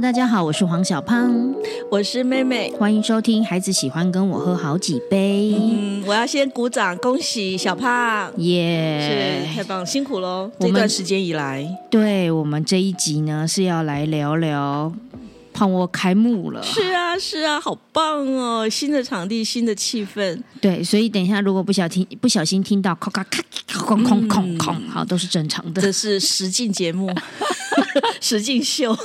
大家好，我是黄小胖，我是妹妹。欢迎收听《孩子喜欢跟我喝好几杯》嗯，我要先鼓掌，恭喜小胖，耶、是太棒，辛苦喽！哎我这们段时间以来，对我们这一集呢，是要来聊聊胖窝开幕了，是啊，是啊，好棒哦！新的场地，新的气氛， 对，所以等一下如果不小听不小心听到咔咔咔哐哐哐哐，好，都是正常的这，是实境 节目，实境秀。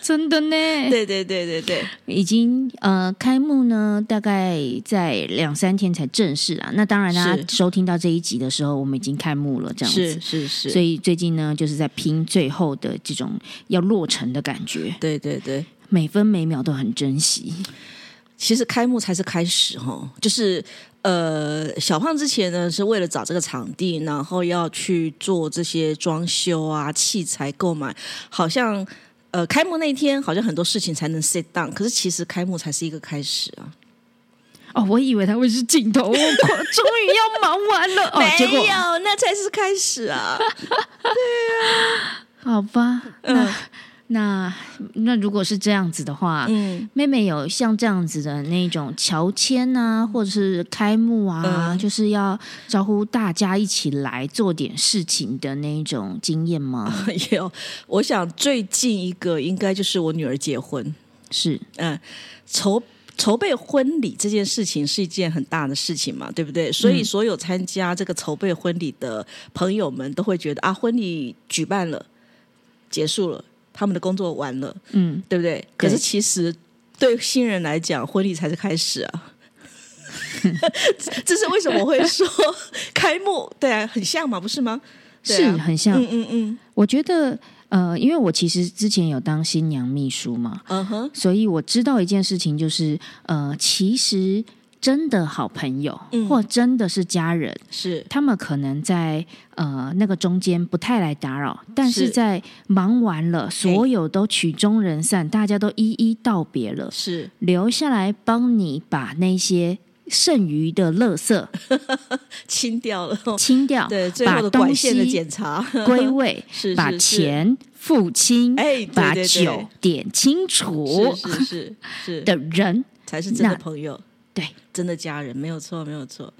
真的呢。对对对对对，已经呃开幕呢，大概在两三天才正式啊。那当然啦、是收听到这一集的时候，我们已经开幕了，这样子是。是是，所以以最近呢，就是在拼最后的这种要落成的感觉，对对对，每分每秒都很珍惜。其实开幕才是开始哈，就是呃，小胖之前呢是为了找这个场地，然后要去做这些装修啊、器材购买，好像呃开幕那天好像很多事情才能 sit down，可是其实开幕才是一个开始啊，哦，我以为他会是镜头，我 终于要忙完 了哦， 结果没有，那才是开始啊，好吧，那、那那如果是这样子的话。嗯。妹妹有像这样子的那种乔迁啊，或者是开幕啊，嗯就是要招呼大家一起来做点事情的那一种经验 吗？也 有，我想最近一个应该就是我女儿结婚，是，嗯，筹筹备婚礼这件事情是一件很大的事情嘛，对不对？所嗯以所有参加这个筹备婚礼的朋友们都会觉得啊，婚礼举办了，结束了，他们的工作完了，嗯，对不对？可是其实对新人来讲，婚礼才是开始啊。 这是为什么我会说开幕？对啊，很像嘛，不是吗？对是啊很像。嗯嗯嗯，我觉得，呃，因为我其实之前有当新娘秘书嘛，嗯哼，所以我知道一件事情，就是呃，其实真的好朋友、嗯或真的是家人，是他们可能在呃那个中间不太来打扰，但是是在忙完了，所有都曲终人散，大家都一一道别了，是，留下来帮你把那些。剩余的垃圾清掉了。清掉，对，最把后的管东线的西检查归位， 是把是是钱付清，哎对把对对酒点清楚是是是 是，的人，才是真那的朋友，对，真的家人，没有错，没有错。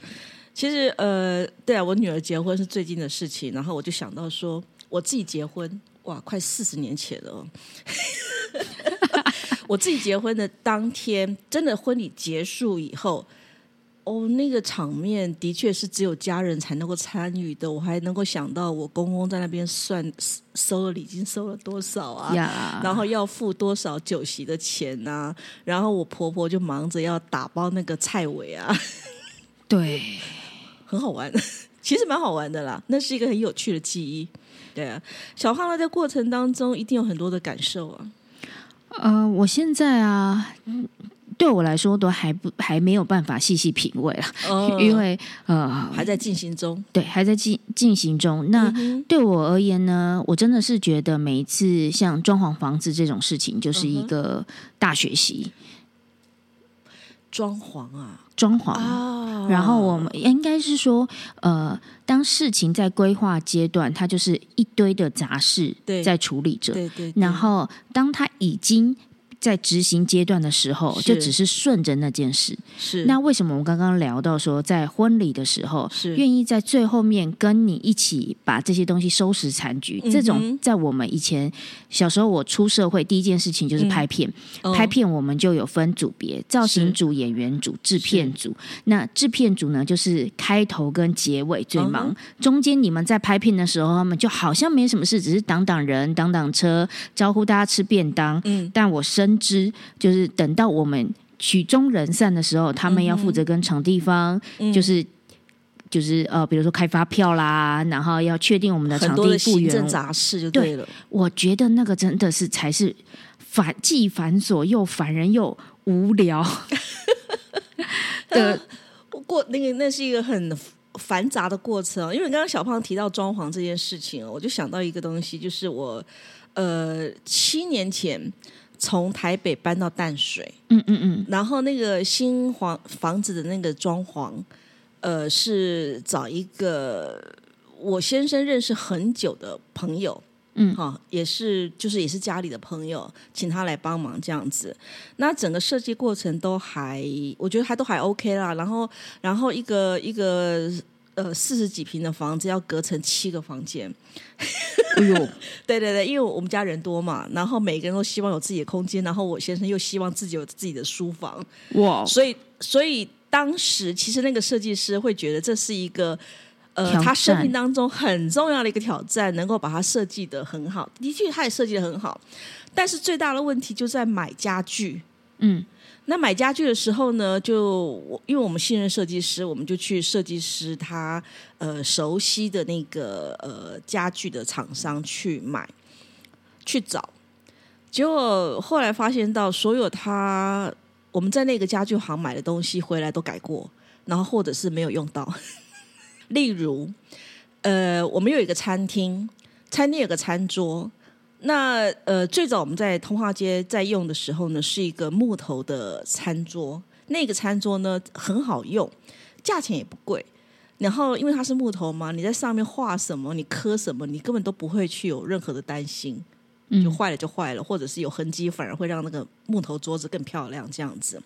其实呃，对啊，我女儿结婚是最近的事情，然后我就想到说，我自己结婚，哇，快四十年前了、哦。 我自己结婚的当天，真的婚礼结束以后，哦，那个场面的确是只有家人才能够参与的。我还能够想到我公公在那边算收了礼金收了多少啊，呀然后要付多少酒席的钱呐、然后我婆婆就忙着要打包那个菜尾啊，对，很好玩， 其实蛮好玩的啦。那是一个很有趣的记忆。对啊，小胖呢在过程当中一定有很多的感受啊。呃，我现在啊，对我来说都还不还没有办法细细品味啦，哦因为呃，还在进行中。对，还在进进行中。那、嗯对我而言呢，我真的是觉得每一次像装潢房子这种事情，嗯就是一个大学习哼装潢啊装潢。啊然后我们应该是说，呃，当事情在规划阶段，它就是一堆的杂事对在处理着。对对，对然后当他已经在执行阶段的时候，是就只是顺着那件事。是那为什么我们刚刚聊到说，在婚礼的时候，是愿意在最后面跟你一起把这些东西收拾残局？嗯哼这种在我们以前小时候，我出社会第一件事情嗯就是拍片。哦拍片我们就有分组别，造型组、演员组、制片组。那制片组呢，就是开头跟结尾最忙，嗯中间你们在拍片的时候，他们就好像没什么事，只是挡挡人、挡挡车，招呼大家吃便当。嗯但我深知，就是等到我们曲终人散的时候，他们要负责跟场地方，嗯就是。就是呃，比如说开发票啦，然后要确定我们的很场多地的复行原政杂事就对对了，我觉得那个真的是才是繁既繁琐又烦人又无 聊的，不过那个那是一个很繁杂的过程哦，因为刚刚小胖提到装潢这件事情哦，我就想到一个东西，就是我呃七年前从台北搬到淡水，嗯嗯嗯，然后那个新房房子的那个装潢，呃，是找一个我先生认识很久的朋友，嗯，好、也是就是也是家里的朋友，请他来帮忙这样子。那整个设计过程都还，我觉得还都还 OK 啦。然后，然后一个一个呃四十几平的房子要隔成七个房间，哎呦，对对对，因为我们家人多嘛，然后每个人都希望有自己的空间，然后我先生又希望自己有自己的书房，哇，所以所以当时其实那个设计师会觉得这是一个。呃挑，战他生命当中很重要的一个挑战，能够把它设计的很好，的确他也设计的很好，但是最大的问题就在买家具。嗯，那买家具的时候呢，就我因为我们信任设计师，我们就去设计师他呃熟悉的那个呃家具的厂商去买去找，结果后来发现到所有他我们在那个家具行买的东西回来都改过，然后或者是没有用到。例如，呃，我们有一个餐厅，餐厅有个餐桌。那呃，最早我们在通化街在用的时候呢，是一个木头的餐桌。那个餐桌呢很好用，价钱也不贵。然后因为它是木头嘛，你在上面画什么，你刻什么，你根本都不会去有任何的担心，就坏了就坏了，或者是有痕迹，反而会让那个木头桌子更漂亮这样子。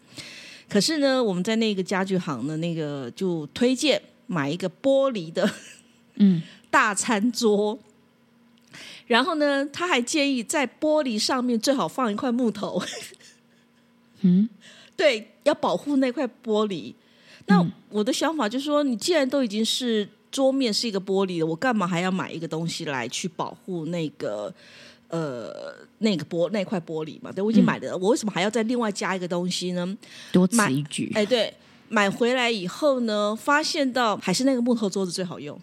可是呢，我们在那个家具行的那个就推荐买一个玻璃的嗯 大餐桌，然后呢，他还建议在玻璃上面最好放一块木头，嗯， 对，要保护那块玻璃。那嗯我的想法就是说，你既然都已经是桌面是一个玻璃了，我干嘛还要买一个东西来去保护那个呃那个玻那块玻璃嘛？对我已嗯经买的了，我为什么还要再另外加一个东西呢？多此买一举。哎，对，买回来以后呢，发现到还是那个木头桌子最好用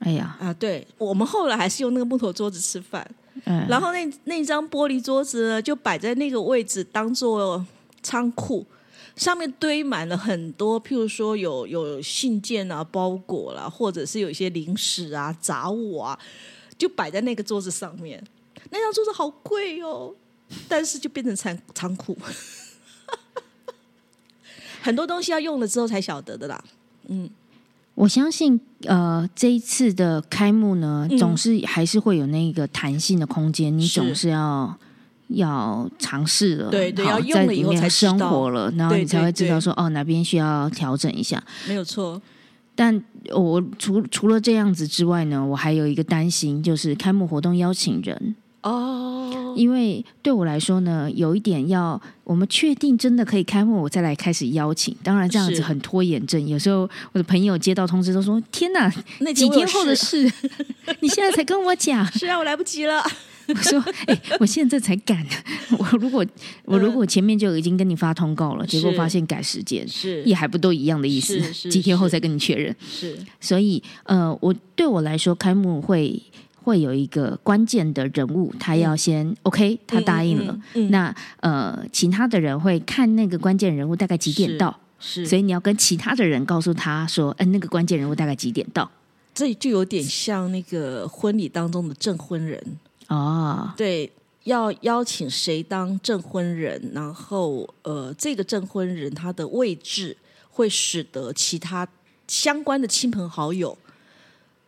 哎呀，啊。对我们后来还是用那个木头桌子吃饭，哎，然后那那张玻璃桌子呢，就摆在那个位置当做仓库，上面堆满了很多，譬如说有有信件啊、包裹啦、或者是有一些零食啊、杂物啊，就摆在那个桌子上面。那张桌子好贵哦，但是就变成仓仓库， 很多东西要用了之后才晓得的啦。我相信，呃，这一次的开幕呢，嗯总是还是会有那个弹性的空间，你是总是要要尝试了，对对好要用在了以里后才面知道生活了，然后对你才对会知道对说哦哪边需要调整一下。没有错，但我除除了这样子之外呢，我还有一个担心，就是开幕活动邀请人，哦，因为对我来说呢，有一点要我们确定真的可以开幕，我再来开始邀请。当然这样子是很拖延症，有时候我的朋友接到通知都说：“天哪，那几天后的事，事， 你现在才跟我讲。 是啊，我来不及了。我说，哎、我现在才敢。 我如果我如果前面就已经跟你发通告了，结果嗯是发现改时间，是也还不都一样的意思是，是几天后是才跟你确认。是，所以，呃，我对我来说，开幕会会有一个关键的人物，他要先、OK，他答应了。嗯嗯嗯那呃，其他的人会看那个关键人物大概几点是到，是，所以你要跟其他的人告诉他说，嗯、那个关键人物大概几点到这就有点像那个婚礼当中的证婚人，哦，对，要邀请谁当证婚人，然后呃，这个证婚人他的位置会使得其他相关的亲朋好友，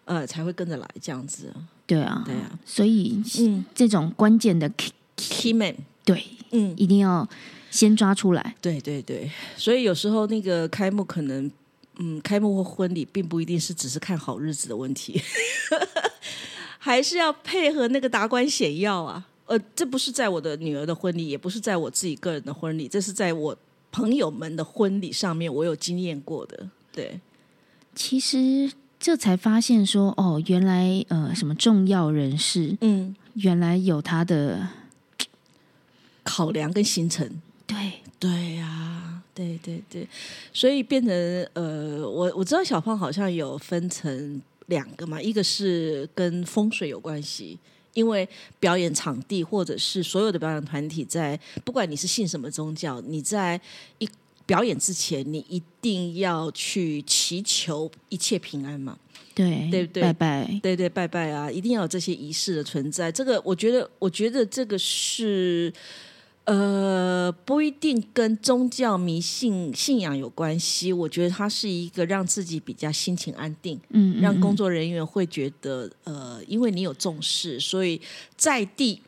呃，才会跟着来这样子。对啊，对啊，所以嗯这种关键的 key- ，key man，对，嗯，一定要先抓出来。对对对，所以有时候那个开幕可能，嗯，开幕或婚礼并不一定是只是看好日子的问题， 还是要配合那个达官显要啊。呃，这不是在我的女儿的婚礼，也不是在我自己个人的婚礼，这是在我朋友们的婚礼上面我有经验过的。对，其实这才发现说，哦，原来呃，什么重要人士，嗯，原来有他的考量跟行程，对，对呀、对对对，所以变成呃，我我知道小胖好像有分成两个嘛，一个是跟风水有关系，因为表演场地或者是所有的表演团体在，不管你是信什么宗教，你在一表演之前，你一定要去祈求一切平安嘛。对对不对拜拜，对对，拜拜啊，一定要有这些仪式的存在。这个我觉得，我觉得这个是呃，不一定跟宗教迷信信仰有关系。我觉得它是一个让自己比较心情安定，嗯，嗯让工嗯作人员会觉得，呃，因为你有重视，所以在地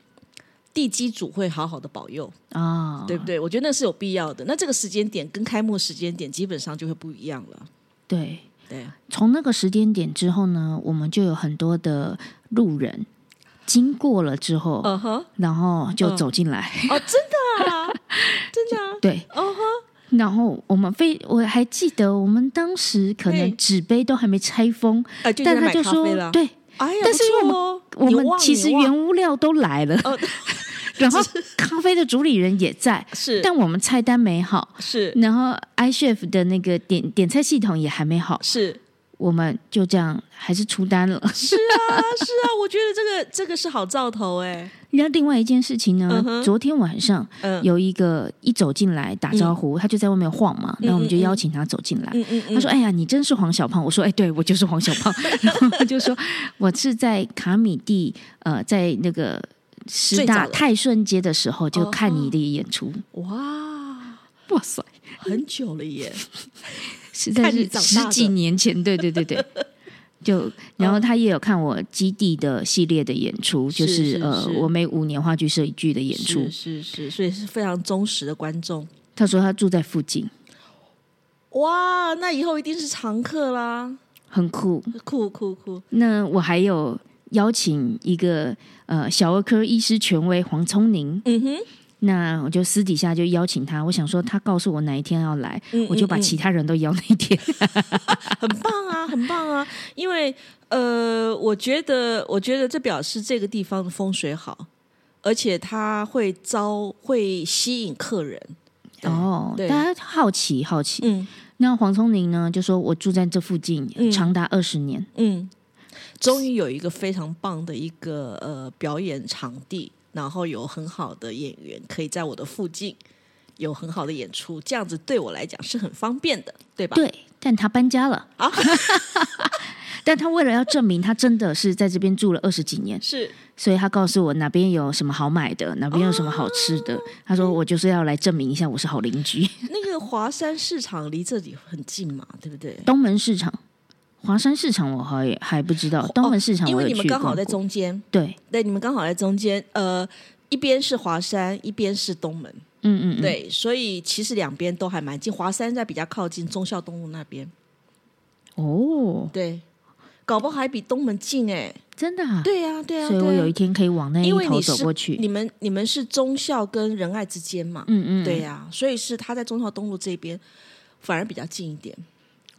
地基主会好好的保佑，哦，对不对？我觉得那是有必要的。那这个时间点跟开幕时间点基本上就会不一样了，对。对。从那个时间点之后呢，我们就有很多的路人经过了之后，嗯哼，然后就走进来。哦，真的啊，真的啊，对，哦哈，然后我们非我还记得，我们当时可嘿能纸杯都还没拆封，哎，就呃但在他买就咖啡说了，，对。哎呀，但是不因为错哦我你们忘其你实忘原物料都来了， 哦 然后咖啡的主理人也在，是，但我们菜单没好，是然后 iChef 的那个点点菜系统也还没好，是我们就这样还是出单了。是啊是啊，我觉得这个这个是好兆头哎， 然后另外一件事情呢嗯哼昨天晚上嗯有一个一走进来打招呼，他就在外面晃嘛，那、我们就邀请他走进来。嗯嗯他说：“哎呀，你真是黄小胖。”我说：“哎，对我就是黄小 胖。” 然后他就说：“我是在卡米蒂，呃，在那个师最早大的泰顺街的时候就看你的演出。哦哇，哇塞，很久了耶，实在看你是长大十的嗯几年前，对对对 对。就然后他也有看我基地的系列的演出，就是是呃是，我每五年话剧社一剧的演出是。是是，所以是非常忠实的观众。他说他住在附近，哇，那以后一定是常客啦！很酷。酷酷酷！那我还有邀请一个呃小儿科医师权威黄聪宁，嗯哼，那我就私底下就邀请他，我想说他告诉我哪一天要来，嗯我就把嗯嗯其他人都邀那一天。很棒啊，很棒啊！因为呃，我觉得，我觉得这表示这个地方的风水好，而且它会招，会吸引客人。 对哦，对大家好奇好奇。嗯那黄聪宁呢，就说我住在这附近、嗯长达二十年，嗯，终于有一个非常棒的一个呃表演场地，然后有很好的演员可以在我的附近有很好的演出，这样子对我来讲是很方便的，对吧？对，但他搬家了。啊 但他为了要证明他真的是在这边住了二十几年，是所以他告诉我哪边有什么好买的，哪边有什么好吃的。哦他说我就是要来证明一下我是好邻 居。那个华山市场离这里很近嘛，对不对？东门市场、华山市场我还还不知道，东门市场哦因我为有去你逛们刚好在过中间，对，对，你们刚好在中间，呃，一边是华山，一边是东门，嗯嗯嗯，对，所以其实两边都还蛮近。华山在比较靠近忠孝东路那边，哦，对，搞不好还比东门近哎、真的啊，对呀、对呀、所以我对呀有一天可以往那一因为头你走是过去。你们你们是忠孝跟仁爱之间嘛，嗯嗯，对。呀、所以是他在忠孝东路这边反而比较近一点。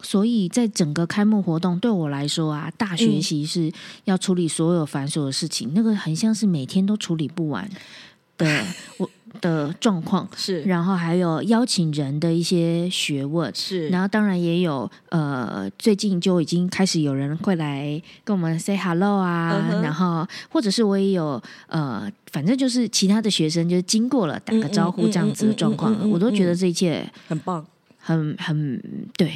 所以在整个开幕活动对我来说啊，大学嗯习是要处理所有繁琐的事情，那个很像是每天都处理不完 的我的状况。是然后还有邀请人的一些学问，是，然后当然也有呃，最近就已经开始有人会来跟我们 say hello 啊嗯哼然后或者是我也有呃，反正就是其他的学生就是经过了打个招呼嗯嗯这样子的状况，嗯嗯嗯嗯嗯我都觉得这一切很棒。很很对，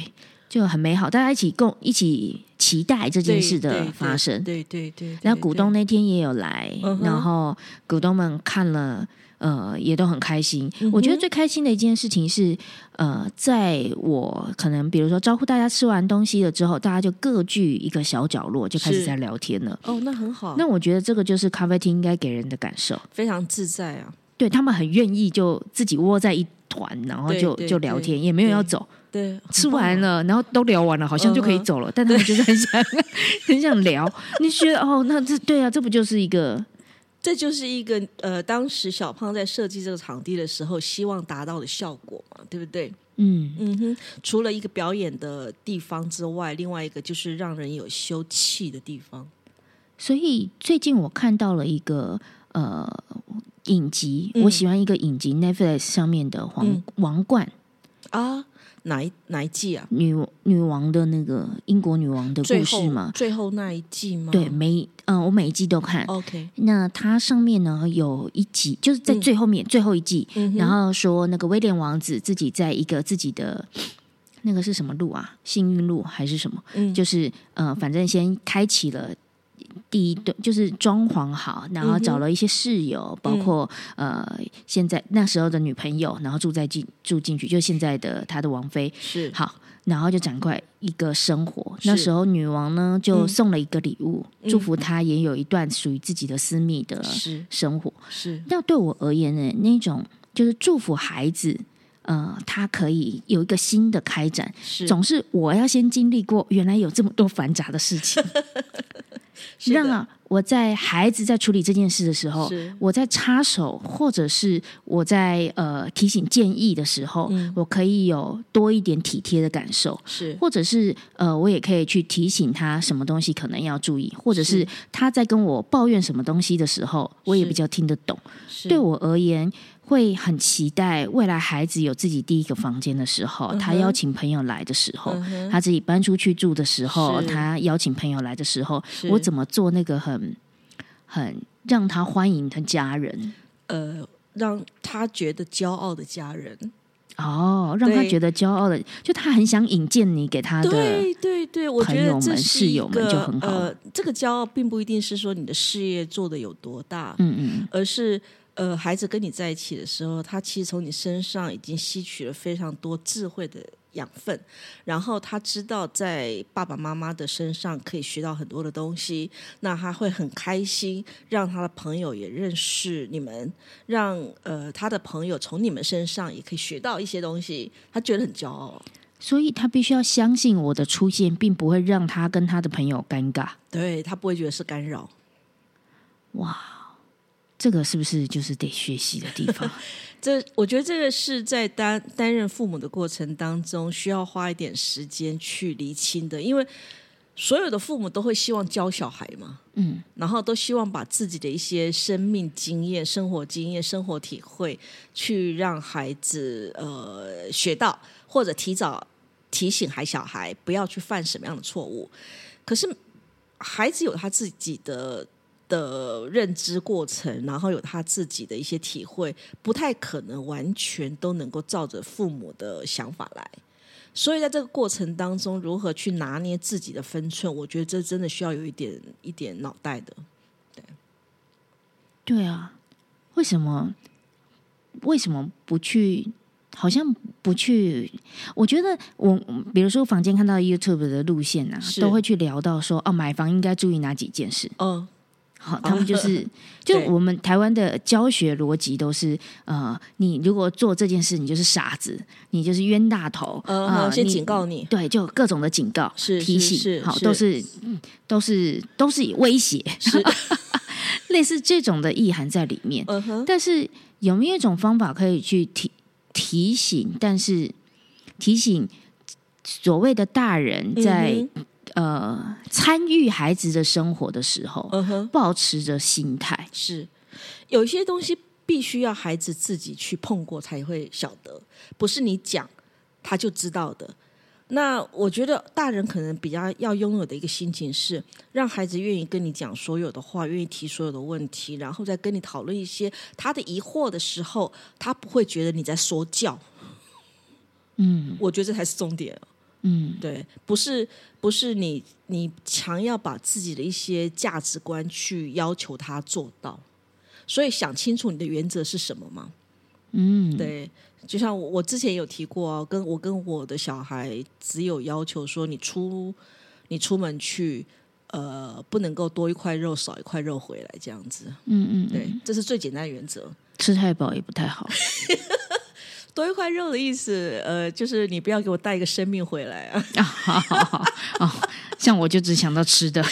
就很美好，大家一起共一起期待这件对事对的对发生。对对对对。然后对股东那天也有来，嗯哼然后股东们看了，呃，也都很开心。嗯哼我觉得最开心的一件事情是，呃，在我可能比如说招呼大家吃完东西了之后，大家就各据一个小角落，就开始是在聊天了。哦，那很好，那我觉得这个就是咖啡厅应该给人的感受，非常自在啊。对他们很愿意就自己窝在一团，然后对就对就聊对天，也没有要对走，对，很吃棒完啊了，然后都聊完了，好像就可以嗯哼走了，但他们就是很想 很想 聊。你觉得哦，那这对啊，这不就是一个这就是一个呃，当时小胖在设计这个场地的时候，希望达到的效果嘛，对不对？嗯嗯哼，除了一个表演的地方之外，另外一个就是让人有休憩的地方。所以最近我看到了一个呃影集，嗯我喜欢一个影集 Netflix 上面的皇、嗯王冠啊，哪一哪一季啊？女女王的那个英国女王的最故事后嘛。最后那一季吗？对，每嗯、我每一季都看。 ，OK，那它上面呢有一集，就是在嗯最后面、最后一季，嗯哼然后说那个威廉王子自己在一个自己的那个是什么路啊？幸运路还是什么？嗯就是呃，反正先开启了第一段就是装潢好，然后嗯找了一些室友，包括呃现在那时候的女朋友，然后住在进住进去，就现在的她的王妃，是好，然后就展开一个生活。那是时候女王呢就嗯送了一个礼物，祝福她也有一段属于自己的私密的是生活。是，那对我而言呢，那种就是祝福孩子，呃，他可以有一个新的开展。是总是我要先经历过，原来有这么多繁杂的事情， 是的让啊我在孩子在处理这件事的时候是，我在插手，或者是我在呃提醒建议的时候，我可以有多一点体贴的感受。嗯是或者是呃，我也可以去提醒他什么东西可能要注意，或者是是他在跟我抱怨什么东西的时候，我也是比较听得懂。是对我而言，会很期待未来孩子有自己第一个房间的时候，嗯他邀请朋友来的时候，他自己搬出去住的时候，是他邀请朋友来的时候，我怎么做那个很很让他欢迎他家人呃让他觉得骄傲的家人，哦，让他对觉得骄傲的，就他很想引荐你给他的。对对对，我朋觉友得这们是室一友们个就很好呃，这个骄傲并不一定是说你的事业做的有多大，嗯嗯，而是呃，孩子跟你在一起的时候，他其实从你身上已经吸取了非常多智慧的养分，然后他知道在爸爸妈妈的身上可以学到很多的东西，那他会很开心，让他的朋友也认识你们，让呃他的朋友从你们身上也可以学到一些东西，他觉得很骄傲。所以他必须要相信我的出现，并不会让他跟他的朋友尴尬。对他不会觉得是干扰，这个是不是就是得学习的地 方？这我觉得这个是在担担任父母的过程当中，需要花一点时间去厘清的，因为所有的父母都会希望教小孩嘛，嗯，然后都希望把自己的一些生命经验、生活经验、生活体会，去让孩子呃学到，或者提早提醒孩小孩不要去犯什么样的错误。可是孩子有他自己的的认知过程，然后有他自己的一些体会，不太可能完全都能够照着父母的想法来。所以在这个过程当中，如何去拿捏自己的分寸，我觉得这真的需要有一点一点脑袋的。对啊，为什么为什么不去？好像不去，我觉得我比如说房间看到 YouTube 的路线啊，是都会去聊到说哦，买房应该注意哪几件事。嗯，好，他们 就是、就对我们台湾的教学逻辑都是呃，你如果做这件事，你就是傻子，你就是冤大头呃，啊好先你警告你，对，就各种的警告、是提是醒，是好，是都是嗯都是都是以威胁， 是，类似这种的意涵在里面。 嗯哼，但是有没有一种方法可以去提提醒？但是提醒所谓的大人在嗯、呃参与孩子的生活的时候，嗯哼，保持着心态，是有一些东西必须要孩子自己去碰过才会晓得，不是你讲他就知道的。那我觉得大人可能比较要拥有的一个心情是，让孩子愿意跟你讲所有的话，愿意提所有的问题，然后再跟你讨论一些他的疑惑的时候，他不会觉得你在说教。嗯，我觉得这才是重点。嗯，对，不是不是你你强要把自己的一些价值观去要求他做到，所以想清楚你的原则是什么嘛？嗯，对，就像我我之前有提过啊，跟我跟我的小孩只有要求说你出你出门去。呃，不能够多一块肉少一块肉回来这样子，嗯嗯，对，这是最简单的原则。吃太饱也不太 好。 多一块肉的意思，呃，就是你不要给我带一个生命回来啊。 啊，好好好，哦，像我就只想到吃的，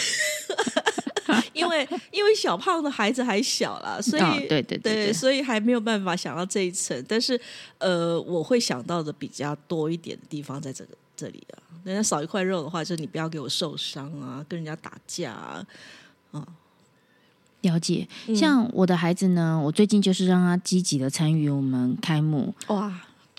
因为因为小胖的孩子还小啦，所以、哦对对对对所以还没有办法想到这一层。但是呃，我会想到的比较多一点的地方在这个这里啊。人家少一块肉的话，就是你不要给我受伤啊，跟人家打架啊。了解。嗯像我的孩子呢，我最近就是让他积极的参与我们开幕，哇，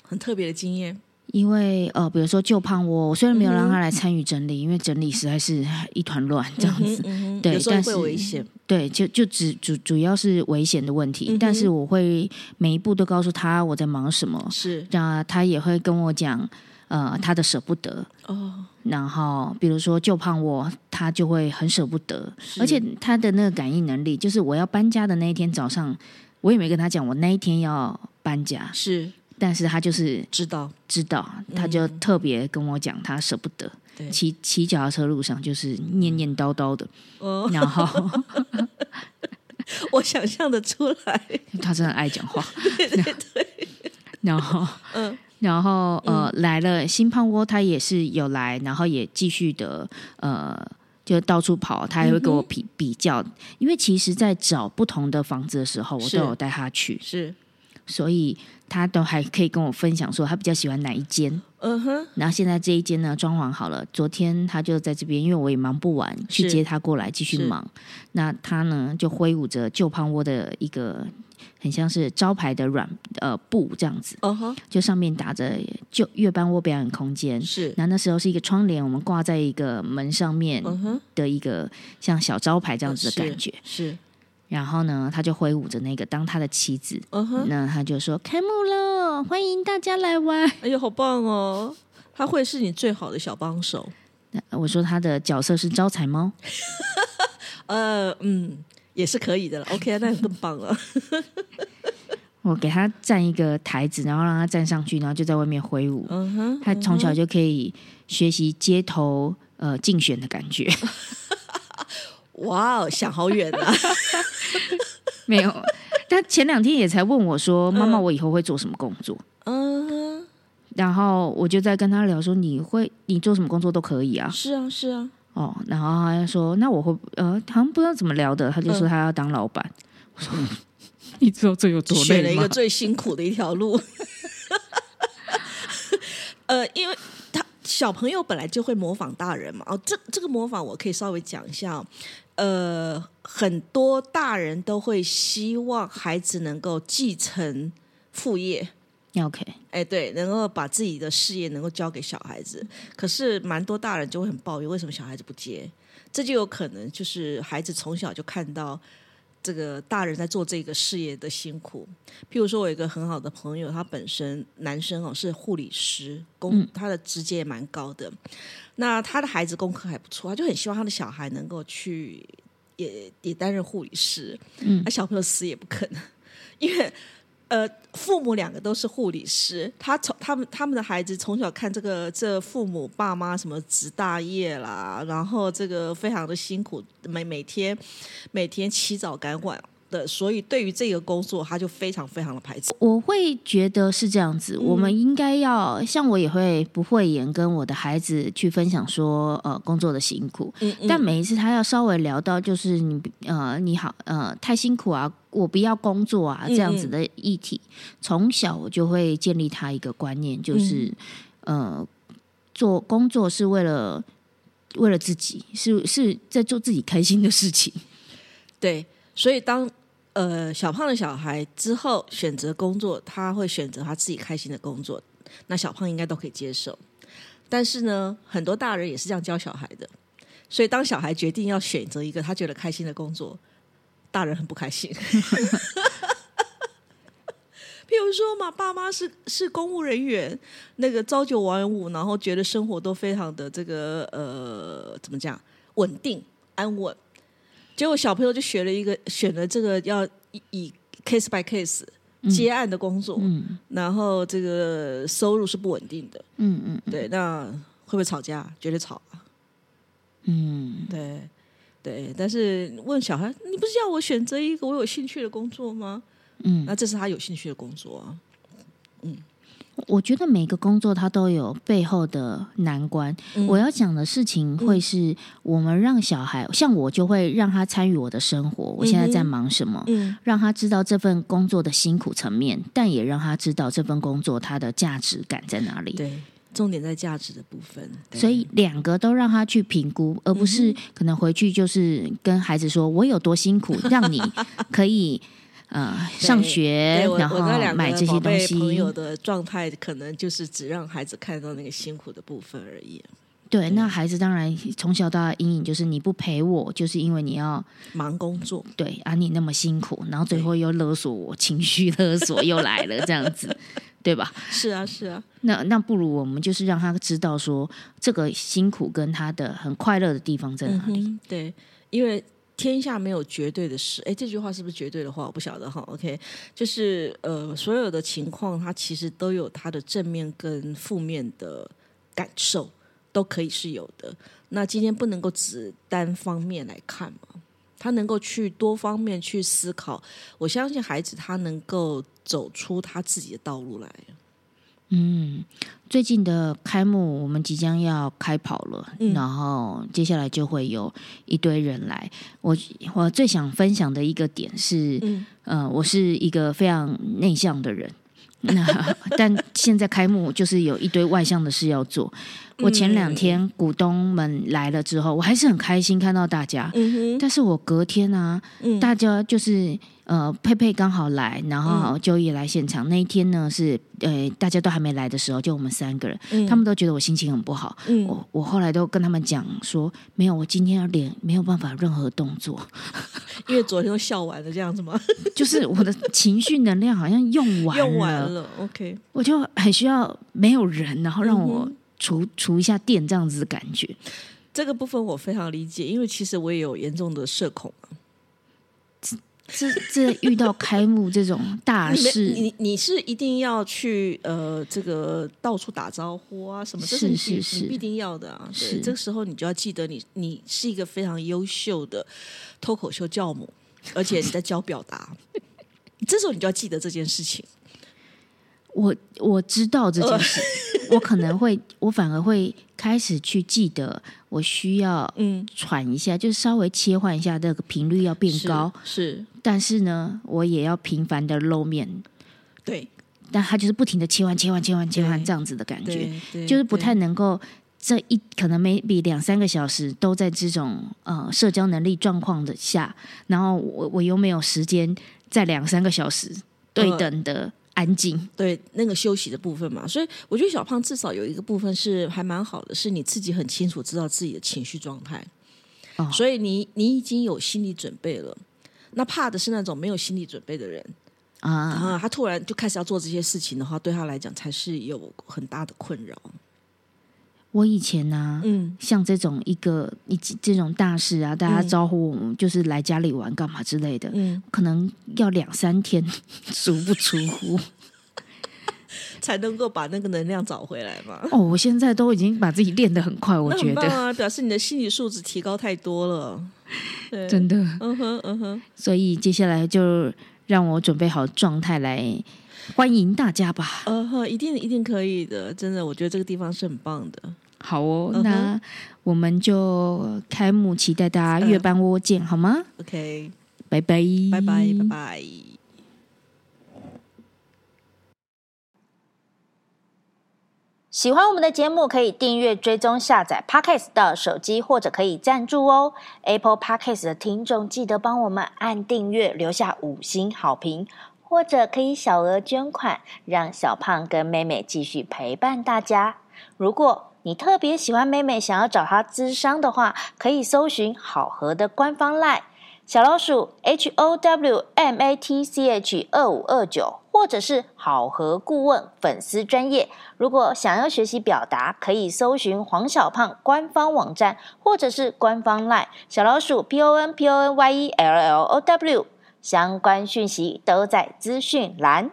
很特别的经验。因为呃，比如说旧胖窝，我虽然没有让他来参与整理，因为整理实在是一团乱这样子。嗯嗯 哼，对有时候但会是危险。对，就就只主主要是危险的问嗯题，但是我会每一步都告诉他我在忙什么，是那他也会跟我讲呃他的舍不得，哦，然后比如说旧胖窝，他就会很舍不得，而且他的那个感应能力，就是我要搬家的那一天早上，我也没跟他讲我那一天要搬家，是但是他就是知 道，知道，他就特别跟我讲他舍不得。嗯对骑骑脚踏车路上就是念念叨叨的，哦，然后 我想象的出来，他真的很爱讲 话，然后嗯，然后呃、来了新胖窝，他也是有来，然后也继续的呃。就到处跑，他还会跟嗯我比、比较，因为其实，在找不同的房子的时候，我是都有带他去， 是，所以他都还可以跟我分享说他比较喜欢哪一间。嗯哼，然后现在这一间呢，装潢好了。昨天他就在这边，因为我也忙不完，去是接他过来继续是忙。那他呢，就挥舞着旧胖窝的一个很像是招牌的软呃布这样子，哦哈，就上面打着旧月班窝表演空间。是，那那时候是一个窗帘，我们挂在一个门上面嗯哼，的一个像小招牌这样子的哦是感觉。是，然后呢，他就挥舞着那个当他的旗子，嗯哼，那他就说开幕了，欢迎大家来玩。哎呦，好棒哦！他会是你最好的小帮手。那我说他的角色是招财猫。呃，嗯，也是可以的 了。OK，那更棒了。我给他站一个台子，然后让他站上去，然后就在外面挥舞。嗯哼，他从小就可以学习街头呃竞选的感 觉，哇哦，想好远啊！没有。他前两天也才问我说：“妈妈，我以后会做什么工作 嗯哼，？”然后我就在跟他聊说：“你会你做什么工作都可以啊。是啊，是啊，”哦，然后他就说：“那我会呃，好像不知道怎么聊的。”他就说他要当老板。我说：“嗯 你知道这有多选了累一吗个最辛苦的一条路。 呃，因为他小朋友本来就会模仿大人嘛。哦，这这个模仿我可以稍微讲一下、哦。呃，很多大人都会希望孩子能够继承父业。 ？”OK，哎，对，能够把自己的事业能够交给小孩子，可是蛮多大人就会很抱怨，为什么小孩子不接？这就有可能就是孩子从小就看到这个大人在做这个事业的辛苦。譬如说，我有一个很好的朋友，他本身男生哦是护理师，工、他的职阶也蛮高的，那他的孩子功课还不错，他就很希望他的小孩能够去也也担任护理师，嗯，那小朋友死也不肯，因为。呃，父母两个都是护理师，他从他们他们的孩子从小看这个这父母爸妈什么值大业啦，然后这个非常的辛苦，每每天每天起早赶晚的，所以对于这个工作他就非常非常的排斥。我会觉得是这样子，我嗯们应该要像我也会不会言跟我的孩子去分享说，呃，工作的辛苦。嗯但每一次他要稍微聊到就是你呃你好呃太辛苦啊，我不要工作啊嗯这样子的议题，从小我就会建立他一个观念，嗯就是、呃做工作是为了为了自己，是是在做自己开心的事情。对，所以当呃小胖的小孩之后选择工作，他会选择他自己开心的工作，那小胖应该都可以接受。但是呢，很多大人也是这样教小孩的，所以当小孩决定要选择一个他觉得开心的工作，大人很不开心。 譬如说嘛，爸妈是是公务人员，那个朝九晚五，然后觉得生活都非常的这个呃，怎么讲稳定安稳，结果小朋友就学了一个，选了这个要以以 case by case 接案的工作，嗯然后这个收入是不稳定的，嗯嗯对，那会不会吵架？绝对吵啊，嗯，对对。但是问小孩，你不是要我选择一个我有兴趣的工作吗？嗯，那这是他有兴趣的工作啊，我觉得每个工作它都有背后的难关。嗯我要讲的事情会是我们让小孩，像我就会让他参与我的生活，我现在在忙什么，嗯让他知道这份工作的辛苦层面，但也让他知道这份工作它的价值感在哪里。对，重点在价值的部分，对嗯所以两个都让他去评估，而不是可能回去就是跟孩子说我有多辛苦，让 你可以呃对上学对，我然我后那两个买这些宝东贝朋西。友的状态，可能就是只让孩子看到那个辛苦的部分而已，对，嗯那孩子当然从小到大阴影就是你不陪我，就是因为你要忙工作。 对啊，你那么辛苦，然后最后又勒索我，情绪勒索又来了，这样子。对吧？是啊，是啊，那那不如我们就是让他知道说，这个辛苦跟他的很快乐的地方在嗯哪里。哼，对，因为天下没有绝对的事。哎，这句话是不是绝对的话？我不晓得哈。OK，就是呃，所有的情况，它其实都有它的正面跟负面的感受，都可以是有的。那今天不能够只单方面来看嘛，他能够去多方面去思考。我相信孩子他能够走出他自己的道路来。最近的开幕，我们即将要开跑了，嗯然后接下来就会有一堆人来。我我最想分享的一个点是，嗯呃，我是一个非常内向的人。那但现在开幕就是有一堆外向的事要做。嗯我前两天股东们来了之后，我还是很开心看到大家，嗯但是我隔天啊，嗯大家就是呃，佩佩刚好来，然后就也来现场。那一天呢是呃，大家都还没来的时候，就我们三个人，嗯他们都觉得我心情很不好。嗯我我后来都跟他们讲说，没有，我今天脸没有办法任何动作， 哼，因为昨天都笑完了，这样子吗？就是我的情绪能量好像用完了， 用完了，OK，我就很需要没有人，然后让我嗯哼除除一下电这样子的感觉。这个部分我非常理解，因为其实我也有严重的社恐啊。这这遇到开幕这种大啊 你没事，你你是一定要去呃，这个到处打招呼啊，什么，这是你是必是你必定要的啊。是对，这个时候你就要记得你，你是一个非常优秀的脱口秀教母，而且你在教表 达。这时候你就要记得这件事情。我我知道这哦件事，我可能会，我反而会开始去记得，我需要嗯，喘一下，就是稍微切换一下，这个频率要变高。是但是呢，我也要频繁的露面，对但他就是不停的切换、切换、切换、切换对这样子的感觉，对对，就是不对太能够。这一可能 maybe 两三个小时都在这种呃社交能力状况的下，然后我我又没有时间在两三个小时对呃等的安静，对那个休息的部分嘛，所以我觉得小胖至少有一个部分是还蛮好的，是你自己很清楚知道自己的情绪状态，哦所以你你已经有心理准备了。那怕的是那种没有心理准备的人啊啊，他突然就开始要做这些事情的话，对他来讲才是有很大的困扰。我以前呢、嗯，像这种一个一这种大事啊，大家嗯招呼我们就是来家里玩干嘛之类的，嗯可能要两三天 足不出户。才能够把那个能量找回来嘛。哦，我现在都已经把自己练得很快， 我那觉很棒得。啊，表示你的心理素质提高太多了。对，真的，嗯哼嗯哼，所以接下来就让我准备好状态来欢迎大家吧。呃呵，一定一定可以的，真的，我觉得这个地方是很棒的。好哦，嗯哼那我们就开幕，期待大家月半窝见，好吗？ OK，拜拜，呃拜拜，嗯拜拜。喜欢我们的节目，可以订阅、追踪、下载 Podcast 到手机，或者可以赞助哦。Apple Podcast 的听众记得帮我们按订阅，留下五星好评，或者可以小额捐款，让小胖跟妹妹继续陪伴大家。如果你特别喜欢妹妹，想要找她咨商的话，可以搜寻好和的官方 LINE。小老鼠 H O W M A T C H 二五二九，或者是好和顾问粉丝专业。如果想要学习表达，可以搜寻黄小胖官方网站，或者是官方 LINE 小老鼠 P O N P O N Y E L L O W，相关讯息都在资讯栏。